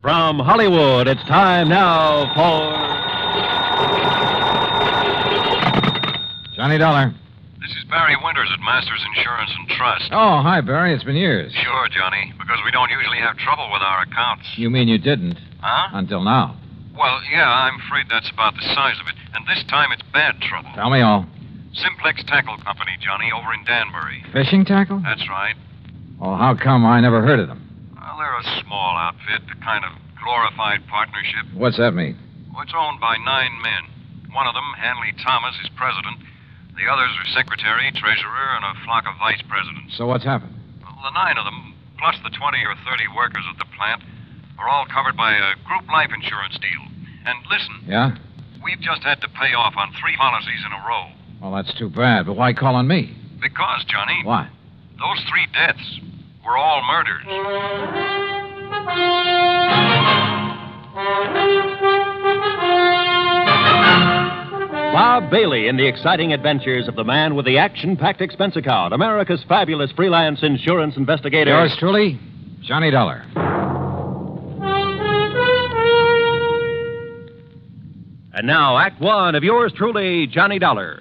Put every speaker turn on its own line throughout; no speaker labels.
From Hollywood, it's time now for.
Johnny Dollar.
This is Barry Winters at Masters Insurance and Trust.
Oh, hi, Barry. It's been years.
Sure, Johnny, because we don't usually have trouble with our accounts.
You mean you didn't?
Huh?
Until now.
Well, yeah, I'm afraid that's about the size of it. And this time it's bad trouble.
Tell me all.
Simplex Tackle Company, Johnny, over in Danbury.
Fishing tackle?
That's right.
Oh, how come I never heard of them?
Well, they're a small outfit, a kind of glorified partnership.
What's that mean?
Well, it's owned by nine men. One of them, Hanley Thomas, is president. The others are secretary, treasurer, and a flock of vice presidents.
So what's happened?
Well, The nine of them, plus the 20 or 30 workers at the plant, are all covered by a group life insurance deal. And listen,
Yeah?
we've just had to pay off on three policies in a row.
Well, that's too bad, but why call on me?
Because, Johnny,
Why?
those three deaths were all murders.
Bob Bailey in the exciting adventures of the man with the action packed expense account, America's fabulous freelance insurance investigator.
Yours truly, Johnny Dollar.
And now, Act One of yours truly, Johnny Dollar.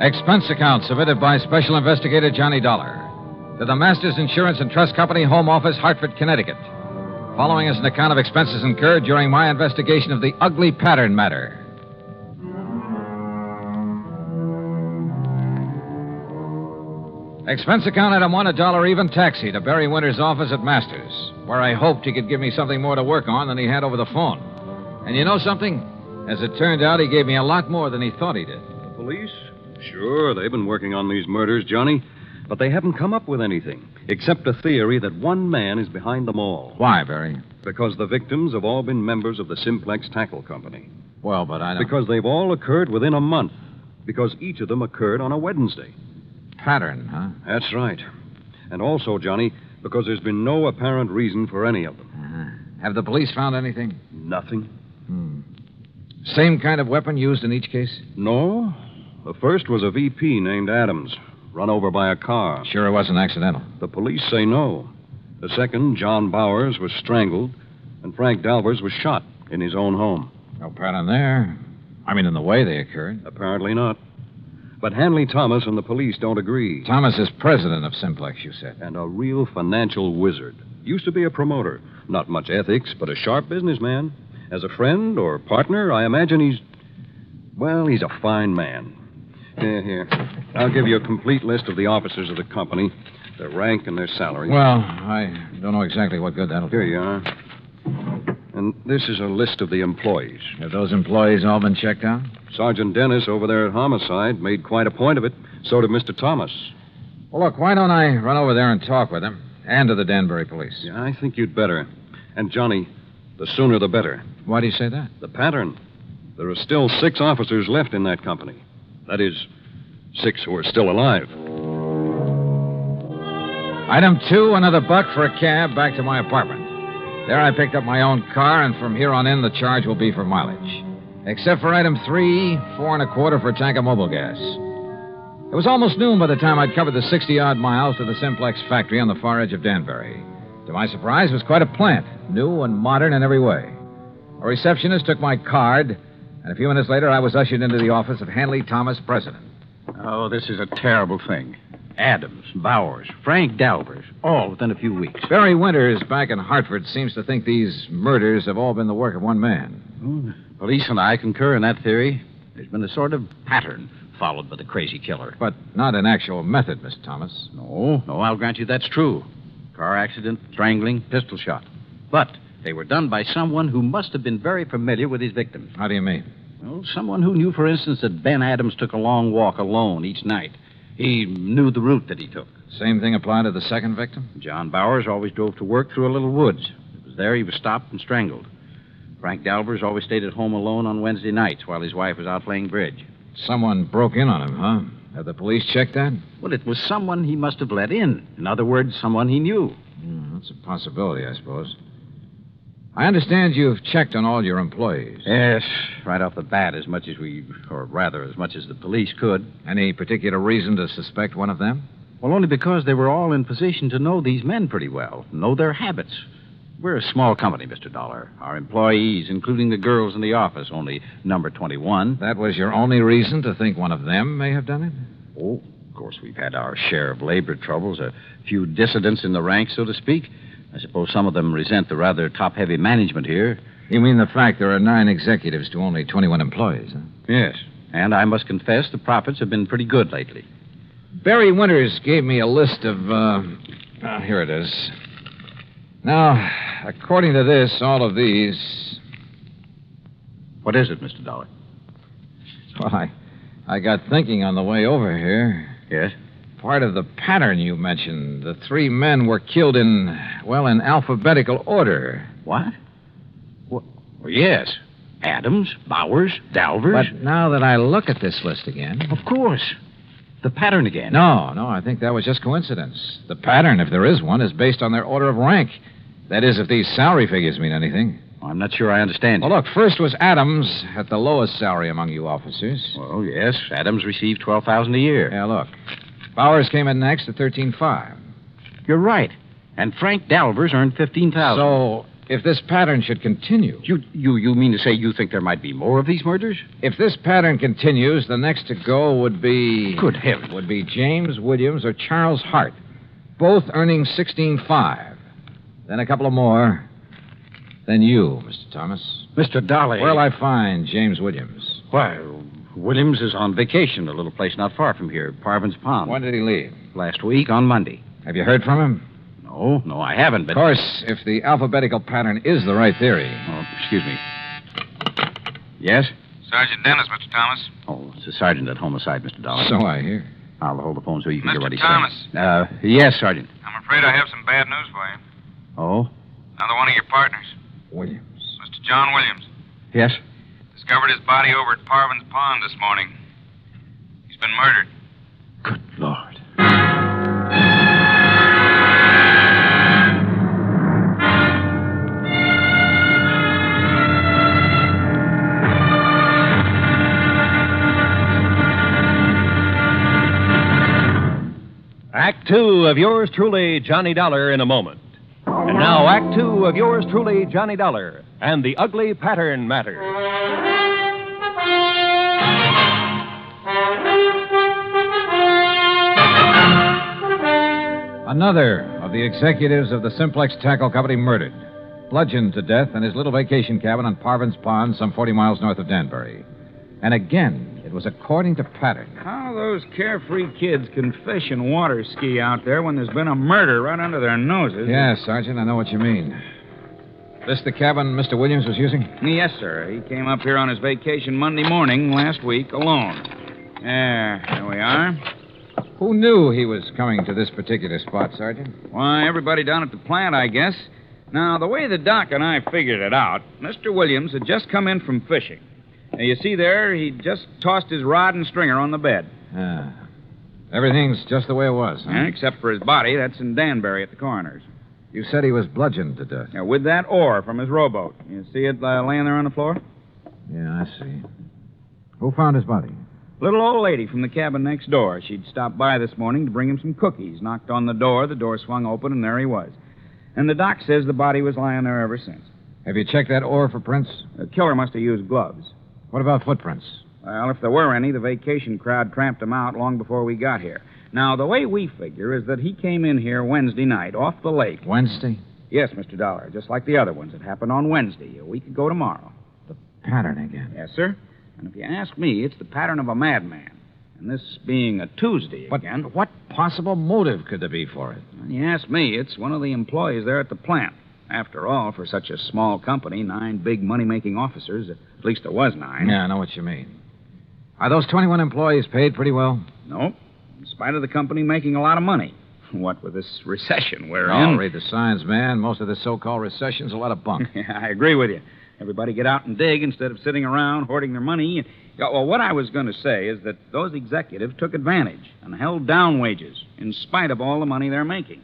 Expense account submitted by Special Investigator Johnny Dollar to the Masters Insurance and Trust Company Home Office, Hartford, Connecticut. Following is an account of expenses incurred during my investigation of the ugly pattern matter. Expense account item one, a dollar even taxi to Barry Winter's office at Masters, where I hoped he could give me something more to work on than he had over the phone. And you know something? As it turned out, he gave me a lot more than he thought he did.
The police? Sure, they've been working on these murders, Johnny. But they haven't come up with anything, except a theory that one man is behind them all.
Why, Barry?
Because the victims have all been members of the Simplex Tackle Company.
Well, but I don't.
Because they've all occurred within a month. Because each of them occurred on a Wednesday.
pattern, huh?
That's right. And also, Johnny, because there's been no apparent reason for any of them.
Uh-huh. Have the police found anything? Hmm.
Nothing?
Same kind of weapon used in each case?
No. The first was a VP named Adams, run over by a car.
Sure, it wasn't accidental.
The police say no. The second, John Bowers, was strangled, and Frank Dalvers was shot in his own home.
No pattern there. I mean, in the way they occurred.
Apparently not. But Hanley Thomas and the police don't agree.
Thomas is president of Simplex, you said.
and a real financial wizard. Used to be a promoter. Not much ethics, but a sharp businessman. As a friend or partner, I imagine he's. Well, he's a fine man. Here, here. I'll give you a complete list of the officers of the company, their rank, and their salary.
Well, I don't know exactly what good that'll do.
Here you are. And this is a list of the employees.
Have those employees all been checked out?
Sergeant Dennis over there at Homicide made quite a point of it. So did Mr. Thomas.
Well, look, why don't I run over there and talk with them and to the Danbury police?
Yeah, I think you'd better. And, Johnny, the sooner the better.
Why do you say that?
The pattern. There are still six officers left in that company. That is, six who are still alive.
Item two, another buck for a cab back to my apartment. There I picked up my own car, and from here on in, the charge will be for mileage. Except for item three, four and a quarter for a tank of mobile gas. It was almost noon by the time I'd covered the 60 odd miles to the Simplex factory on the far edge of Danbury. To my surprise, it was quite a plant, new and modern in every way. A receptionist took my card, and a few minutes later, I was ushered into the office of Hanley Thomas, president.
Oh, this is a terrible thing. Adams, Bowers, Frank Dalvers, all within a few weeks.
Barry Winters, back in Hartford, seems to think these murders have all been the work of one man.
Police and I concur in that theory. There's been a sort of pattern followed by the crazy killer.
But not an actual method, Miss Thomas.
No, no, I'll grant you that's true. Car accident, strangling, pistol shot. But they were done by someone who must have been very familiar with his victims.
How do you mean?
Well, someone who knew, for instance, that Ben Adams took a long walk alone each night. He knew the route that he took.
Same thing applied to the second victim?
John Bowers always drove to work through a little woods. It was there he was stopped and strangled. Frank Dalvers always stayed at home alone on Wednesday nights while his wife was out playing bridge.
Someone broke in on him, huh? Have the police checked that?
Well, it was someone he must have let in. In other words, someone he knew.
Hmm, that's a possibility, I suppose. I understand you've checked on all your employees.
Yes, right off the bat, as much as we, or rather, as much as the police could.
Any particular reason to suspect one of them?
Well, only because they were all in position to know these men pretty well, know their habits. We're a small company, Mr. Dollar. Our employees, including the girls in the office, only number 21.
That was your only reason to think one of them may have done it?
Oh, of course, we've had our share of labor troubles, a few dissidents in the ranks, so to speak. I suppose some of them resent the rather top heavy management here.
You mean the fact there are nine executives to only 21 employees, huh?
Yes. And I must confess, the profits have been pretty good lately.
Barry Winters gave me a list of. Uh, ah, here it is. Now, according to this, all of these.
What is it, Mr. Dollar?
Well, I, I got thinking on the way over here.
Yes?
Part of the pattern you mentioned, the three men were killed in, well, in alphabetical order.
What? Well, yes. Adams, Bowers, Dalvers.
But now that I look at this list again.
of course. The pattern again.
No, no, I think that was just coincidence. The pattern, if there is one, is based on their order of rank. That is, if these salary figures mean anything.
I'm not sure I understand.
Well, look, first was Adams at the lowest salary among you officers.
Well, yes. Adams received 12000 a year.
Yeah, look. Bowers came in next at thirteen five.
You're right. And Frank Dalvers earned 15000
So if this pattern should continue,
You, you, you mean to say you think there might be more of these murders?
if this pattern continues, the next to go would be
Good heavens.
would be James Williams or Charles Hart, both earning sixteen five. Then a couple of more. Then you, Mr. Thomas.
Mr. Dolly.
Where'll I find James Williams?
Why, Williams is on vacation, a little place not far from here, Parvin's Pond.
When did he leave?
Last week on Monday.
Have you heard from him?
No, no, I haven't,
Of
but.
course, if the alphabetical pattern is the right theory.
Oh, excuse me. Yes?
Sergeant Dennis, Mr. Thomas.
Oh, it's the sergeant at homicide, Mr. Dollar.
So I hear.
I'll hold the phone so you can hear
Mr.
what he's
Thomas.
saying. Uh, yes, sergeant.
I'm afraid I have some bad news for you.
Oh,
Another one of your partners,
Williams.
Mr. John Williams,
yes.
discovered his body over at Parvin's Pond this morning. He's been murdered.
Good Lord.
Act two of yours truly, Johnny Dollar, in a moment. And now, Act two of yours truly, Johnny Dollar, and the ugly pattern matter.
Another of the executives of the Simplex Tackle Company murdered, bludgeoned to death in his little vacation cabin on Parvin's Pond, some 40 miles north of Danbury. And again, it was according to pattern.
How those carefree kids can fish and water ski out there when there's been a murder right under their noses.
Yes, Sergeant, I know what you mean. This the cabin Mr. Williams was using?
Yes, sir. He came up here on his vacation Monday morning last week alone. There, there we are.
Who knew he was coming to this particular spot, Sergeant?
Why, everybody down at the plant, I guess. Now, the way the doc and I figured it out, Mr. Williams had just come in from fishing. Now, you see there, he just tossed his rod and stringer on the bed.
Ah. everything's just the way it was, huh?
Eh, Except for his body, that's in Danbury at the coroner's.
You said he was bludgeoned to death.
Now, with that oar from his rowboat. You see it uh, laying there on the floor?
Yeah, I see. Who found his body?
Little old lady from the cabin next door. She'd stopped by this morning to bring him some cookies. Knocked on the door, the door swung open, and there he was. And the doc says the body was lying there ever since.
Have you checked that oar for prints?
The killer must have used gloves.
What about footprints?
Well, if there were any, the vacation crowd tramped him out long before we got here. Now, the way we figure is that he came in here Wednesday night off the lake.
Wednesday?
Yes, Mr. Dollar, just like the other ones. It happened on Wednesday, a week ago tomorrow.
Pattern again.
Yes, sir. And if you ask me, it's the pattern of a madman. And this being a Tuesday
What,
again.
what possible motive could there be for it?
When you ask me, it's one of the employees there at the plant. After all, for such a small company, nine big money making officers, at least there was nine.
Yeah, I know what you mean. Are those 21 employees paid pretty well?
Nope. In spite of the company making a lot of money. What with this recession we're
I'll
in.
read the signs, man. Most of this so-called recession's a lot of bunk.
Yeah, I agree with you. Everybody get out and dig instead of sitting around hoarding their money. Yeah, well, what I was going to say is that those executives took advantage and held down wages in spite of all the money they're making.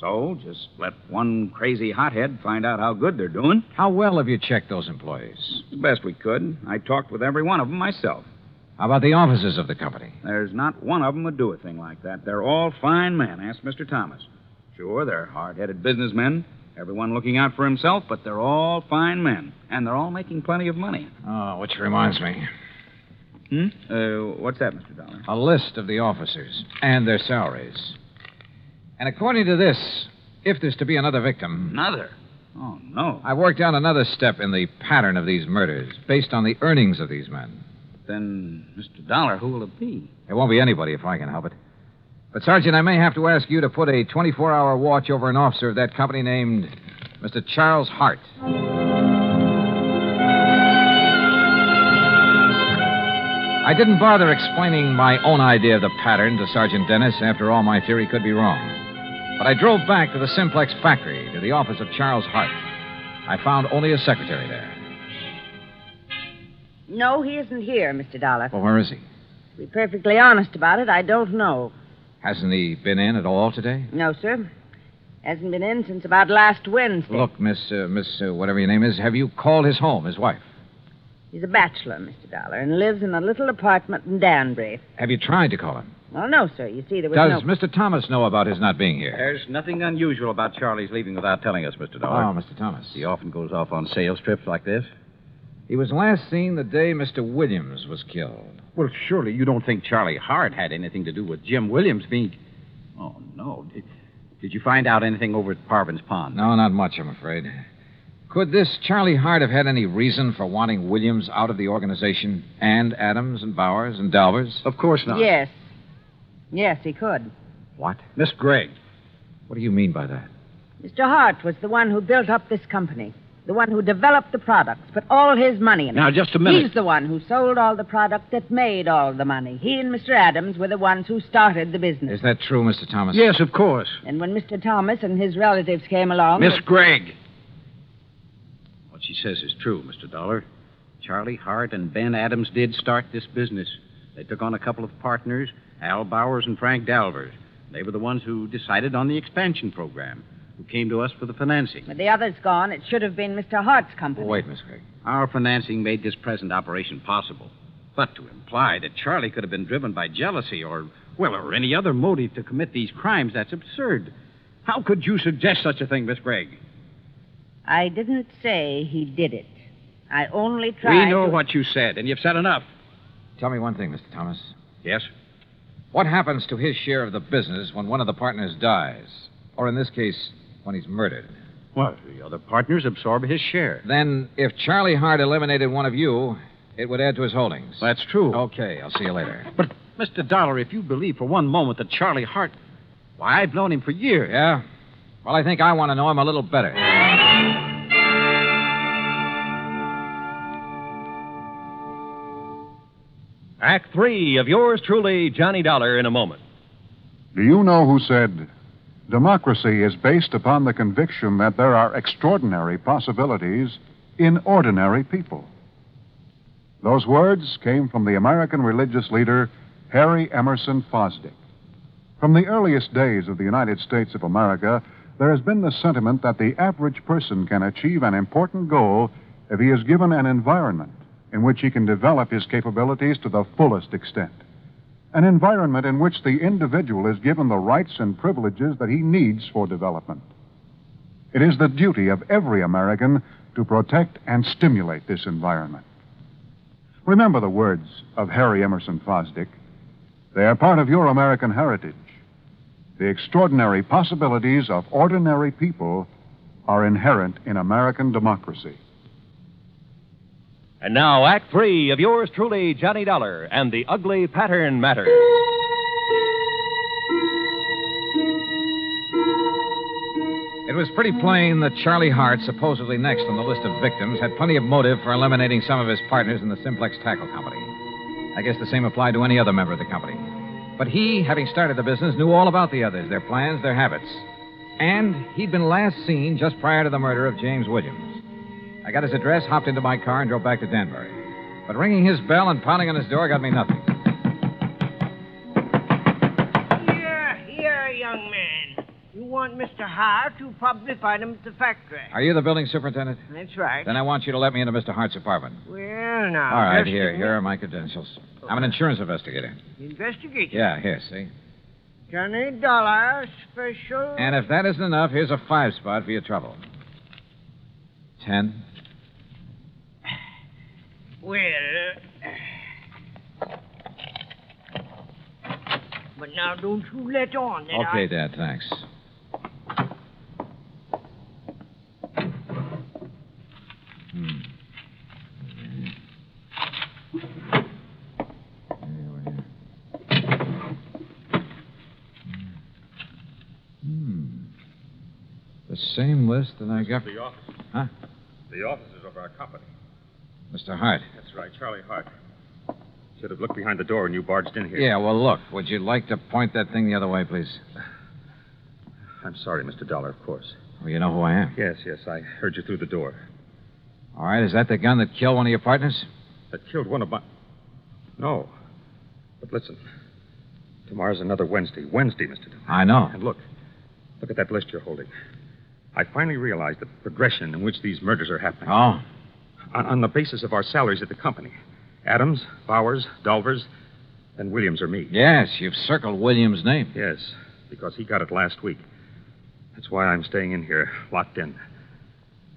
So just let one crazy hothead find out how good they're doing.
How well have you checked those employees?
The best we could. I talked with every one of them myself.
How about the officers of the company?
There's not one of them would do a thing like that. They're all fine men. Ask Mr. Thomas. Sure, they're hard headed businessmen. Everyone looking out for himself, but they're all fine men. And they're all making plenty of money.
Oh, which reminds me.
Hmm? Uh, what's that, Mr. Dollar?
A list of the officers and their salaries. And according to this, if there's to be another victim,
Another. Oh, no.
I worked out another step in the pattern of these murders based on the earnings of these men.
Then, Mr. Dollar, who will it be?
It won't be anybody if I can help it. But, Sergeant, I may have to ask you to put a 24 hour watch over an officer of that company named Mr. Charles Hart. I didn't bother explaining my own idea of the pattern to Sergeant Dennis. After all, my theory could be wrong. But I drove back to the Simplex factory, to the office of Charles Hart. I found only a secretary there.
No, he isn't here, Mr. Dollar.
Well, where is he?
To be perfectly honest about it, I don't know.
Hasn't he been in at all today?
No, sir. Hasn't been in since about last Wednesday.
Look, Miss, uh, Miss, uh, whatever your name is, have you called his home, his wife?
He's a bachelor, Mr. Dollar, and lives in a little apartment in Danbury.
Have you tried to call him?
Well, no, sir. You see, there was
Does
no...
Mr. Thomas know about his not being here?
There's nothing unusual about Charlie's leaving without telling us, Mr.
Oh,
Dollar.
Mr. Thomas.
He often goes off on sales trips like this.
He was last seen the day Mr. Williams was killed.
Well, surely you don't think Charlie Hart had anything to do with Jim Williams being. Oh, no. Did, did you find out anything over at Parvin's Pond?
No, not much, I'm afraid. Could this Charlie Hart have had any reason for wanting Williams out of the organization and Adams and Bowers and Dalvers?
Of course not.
Yes. Yes, he could.
What?
Miss Gregg.
What do you mean by that?
Mr. Hart was the one who built up this company, the one who developed the products, put all his money in
Now,
it.
just a minute.
He's the one who sold all the product that made all the money. He and Mr. Adams were the ones who started the business.
Is that true, Mr. Thomas?
Yes, of course.
And when Mr. Thomas and his relatives came along,
Miss Gregg. What she says is true, Mr. Dollar. Charlie Hart and Ben Adams did start this business. They took on a couple of partners, Al Bowers and Frank Dalvers. They were the ones who decided on the expansion program, who came to us for the financing.
with the others gone, it should have been Mr. Hart's company.
Wait, Miss Craig.
Our financing made this present operation possible. But to imply that Charlie could have been driven by jealousy or, well, or any other motive to commit these crimes, that's absurd. How could you suggest such a thing, Miss Gregg?
I didn't say he did it. I only tried.
we know
to-
what you said, and you've said enough.
Tell me one thing, Mr. Thomas.
Yes?
What happens to his share of the business when one of the partners dies? Or in this case, when he's murdered?
Well, the other partners absorb his share.
Then, if Charlie Hart eliminated one of you, it would add to his holdings.
That's true.
Okay, I'll see you later.
But, Mr. Dollar, if you believe for one moment that Charlie Hart. Why, I've known him for years.
Yeah? Well, I think I want to know him a little better.
Act three of yours truly, Johnny Dollar, in a moment.
Do you know who said, Democracy is based upon the conviction that there are extraordinary possibilities in ordinary people? Those words came from the American religious leader Harry Emerson Fosdick. From the earliest days of the United States of America, there has been the sentiment that the average person can achieve an important goal if he is given an environment in which he can develop his capabilities to the fullest extent an environment in which the individual is given the rights and privileges that he needs for development. It is the duty of every American to protect and stimulate this environment. Remember the words of Harry Emerson Fosdick they are part of your American heritage. The extraordinary possibilities of ordinary people are inherent in American democracy.
And now, Act three of yours truly, Johnny Dollar, and the ugly pattern matter.
It was pretty plain that Charlie Hart, supposedly next on the list of victims, had plenty of motive for eliminating some of his partners in the Simplex Tackle Company. I guess the same applied to any other member of the company. But he, having started the business, knew all about the others, their plans, their habits. And he'd been last seen just prior to the murder of James Williams. I got his address, hopped into my car, and drove back to Danbury. But ringing his bell and pounding on his door got me nothing.
Here, here, young man. You want
Mr. Hart to public item at the factory.
Are you the building superintendent?
That's right.
Then I want you to let me into Mr. Hart's apartment.
Well, now.
All right,
just
here.
a
Here are my credentials. I'm an insurance investigator.
minute. Investigate.
Yeah, here, see?
Johnny Dollar special.
And if that isn't enough, here's a five spot for your trouble. Ten.
Well. But now don't you let on that I...
Okay, Dad, thanks. Hmm. Hmm. The same list that I got.
The officers.
Huh?
The officers of our company.
Mr. Hart.
That's right, Charlie Hart. Should have looked behind the door when you barged in here.
Yeah, well, look, would you like to point that thing the other way, please?
I'm sorry, Mr. Dollar, of course.
Well, you know who I am.
Yes, yes, I heard you through the door.
All right, is that the gun that killed one of your partners?
That killed one of my. No. But listen. Tomorrow's another Wednesday. Wednesday, Mr. Dollar.
I know.
And look. Look at that list you're holding. I finally realized the progression in which these murders are happening.
Oh.
On, on the basis of our salaries at the company Adams, Bowers, Dolvers, and Williams or me.
Yes, you've circled Williams' name.
Yes, because he got it last week. That's why I'm staying in here, locked in.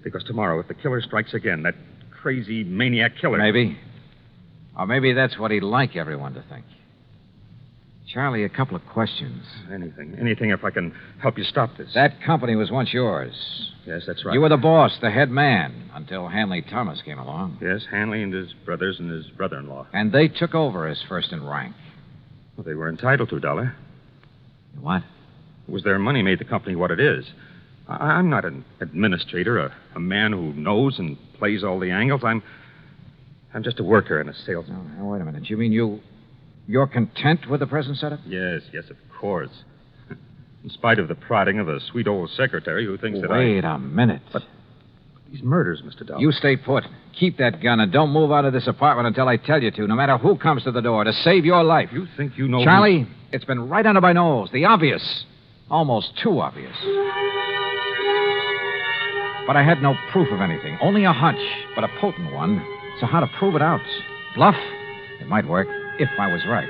Because tomorrow, if the killer strikes again, that crazy maniac killer.
Maybe. Or maybe that's what he'd like everyone to think. Charlie, a couple of questions.
Anything. Anything if I can help you stop this.
That company was once yours.
Yes, that's right.
You were the boss, the head man, until Hanley Thomas came along.
Yes, Hanley and his brothers and his brother in law.
And they took over as first in rank.
Well, they were entitled to, Dollar.
What?
It was their money made the company what it is. I- I'm not an administrator, a, a man who knows and plays all the angles. I'm. I'm just a worker and a salesman.
Now, now, wait a minute. You mean you. You're content with the present setup?
Yes, yes, of course. In spite of the prodding of a sweet old secretary who thinks that I.
Wait a minute.
But- These murders, Mr. Dollar.
You stay put. Keep that gun and don't move out of this apartment until I tell you to, no matter who comes to the door, to save your life.
You think you know. who-
Charlie, it's been right under my nose. The obvious. Almost too obvious. But I had no proof of anything. Only a hunch, but a potent one. So how to prove it out? Bluff? It might work, if I was right.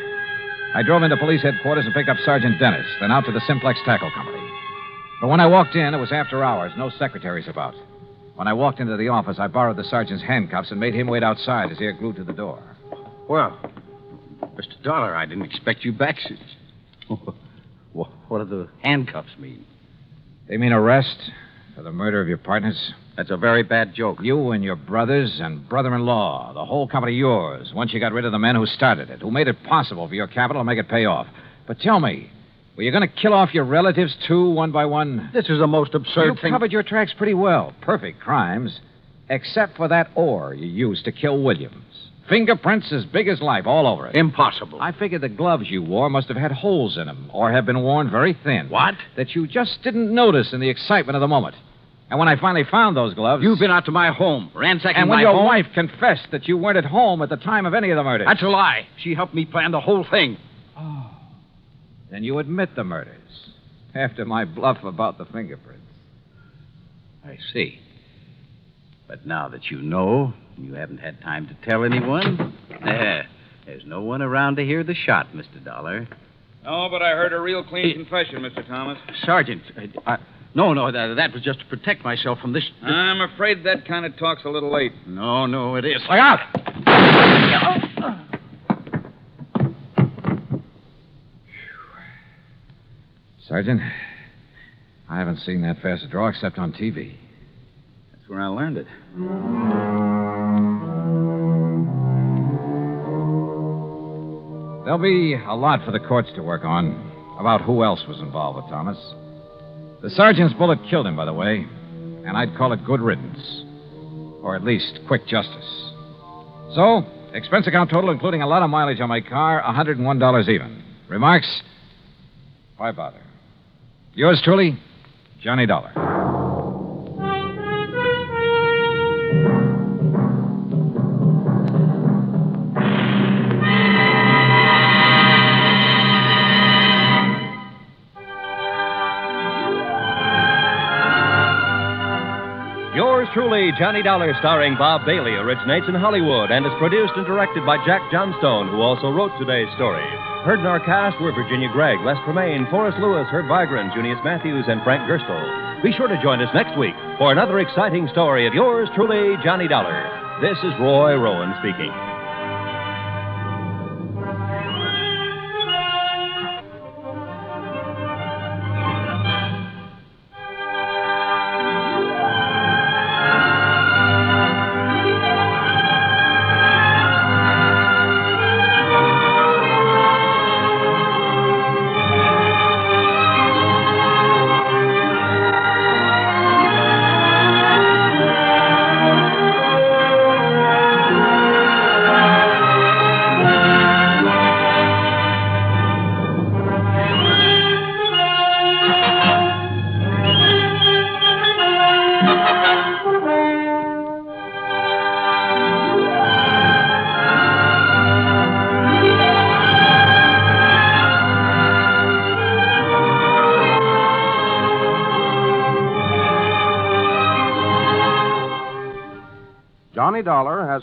I drove into police headquarters and picked up Sergeant Dennis, then out to the Simplex Tackle Company. But when I walked in, it was after hours, no secretaries about. When I walked into the office, I borrowed the sergeant's handcuffs and made him wait outside, his ear glued to the door.
Well, Mr. Dollar, I didn't expect you back since. what, what do the handcuffs mean?
They mean arrest for the murder of your partners?
That's a very bad joke.
You and your brothers and brother in law, the whole company yours, once you got rid of the men who started it, who made it possible for your capital to make it pay off. But tell me, were you going to kill off your relatives, too, one by one?
This is the most absurd
you
thing.
covered your tracks pretty well. Perfect crimes. Except for that oar you used to kill Williams. Fingerprints as big as life all over it.
Impossible.
I figured the gloves you wore must have had holes in them or have been worn very thin.
What?
That you just didn't notice in the excitement of the moment. And when I finally found those gloves.
You've been out to my home, ransacking
And
my
when your
home.
wife confessed that you weren't at home at the time of any of the murders.
That's a lie. She helped me plan the whole thing.
Then you admit the murders. After my bluff about the fingerprints.
I see. But now that you know, you haven't had time to tell anyone. There. There's no one around to hear the shot, Mr. Dollar.
No, but I heard a real clean confession, Mr. Thomas.
Sergeant, I, I- no, no, that, that was just to protect myself from this. this-
I'm afraid that kind of talk's a little late.
no, no, it is.
Look out! Sergeant, I haven't seen that fast a draw except on TV.
That's where I learned it.
There'll be a lot for the courts to work on about who else was involved with Thomas. The sergeant's bullet killed him, by the way, and I'd call it good riddance, or at least quick justice. So, expense account total, including a lot of mileage on my car, $101 even. Remarks? Why bother? Yours truly, Johnny Dollar.
truly Johnny Dollar, starring Bob Bailey, originates in Hollywood and is produced and directed by Jack Johnstone, who also wrote today's story. Heard in our cast were Virginia Gregg, Les Tremaine, Forrest Lewis, Herb Vigran, Junius Matthews, and Frank Gerstle. Be sure to join us next week for another exciting story of yours truly, Johnny Dollar. This is Roy Rowan speaking.
Johnny Dollar has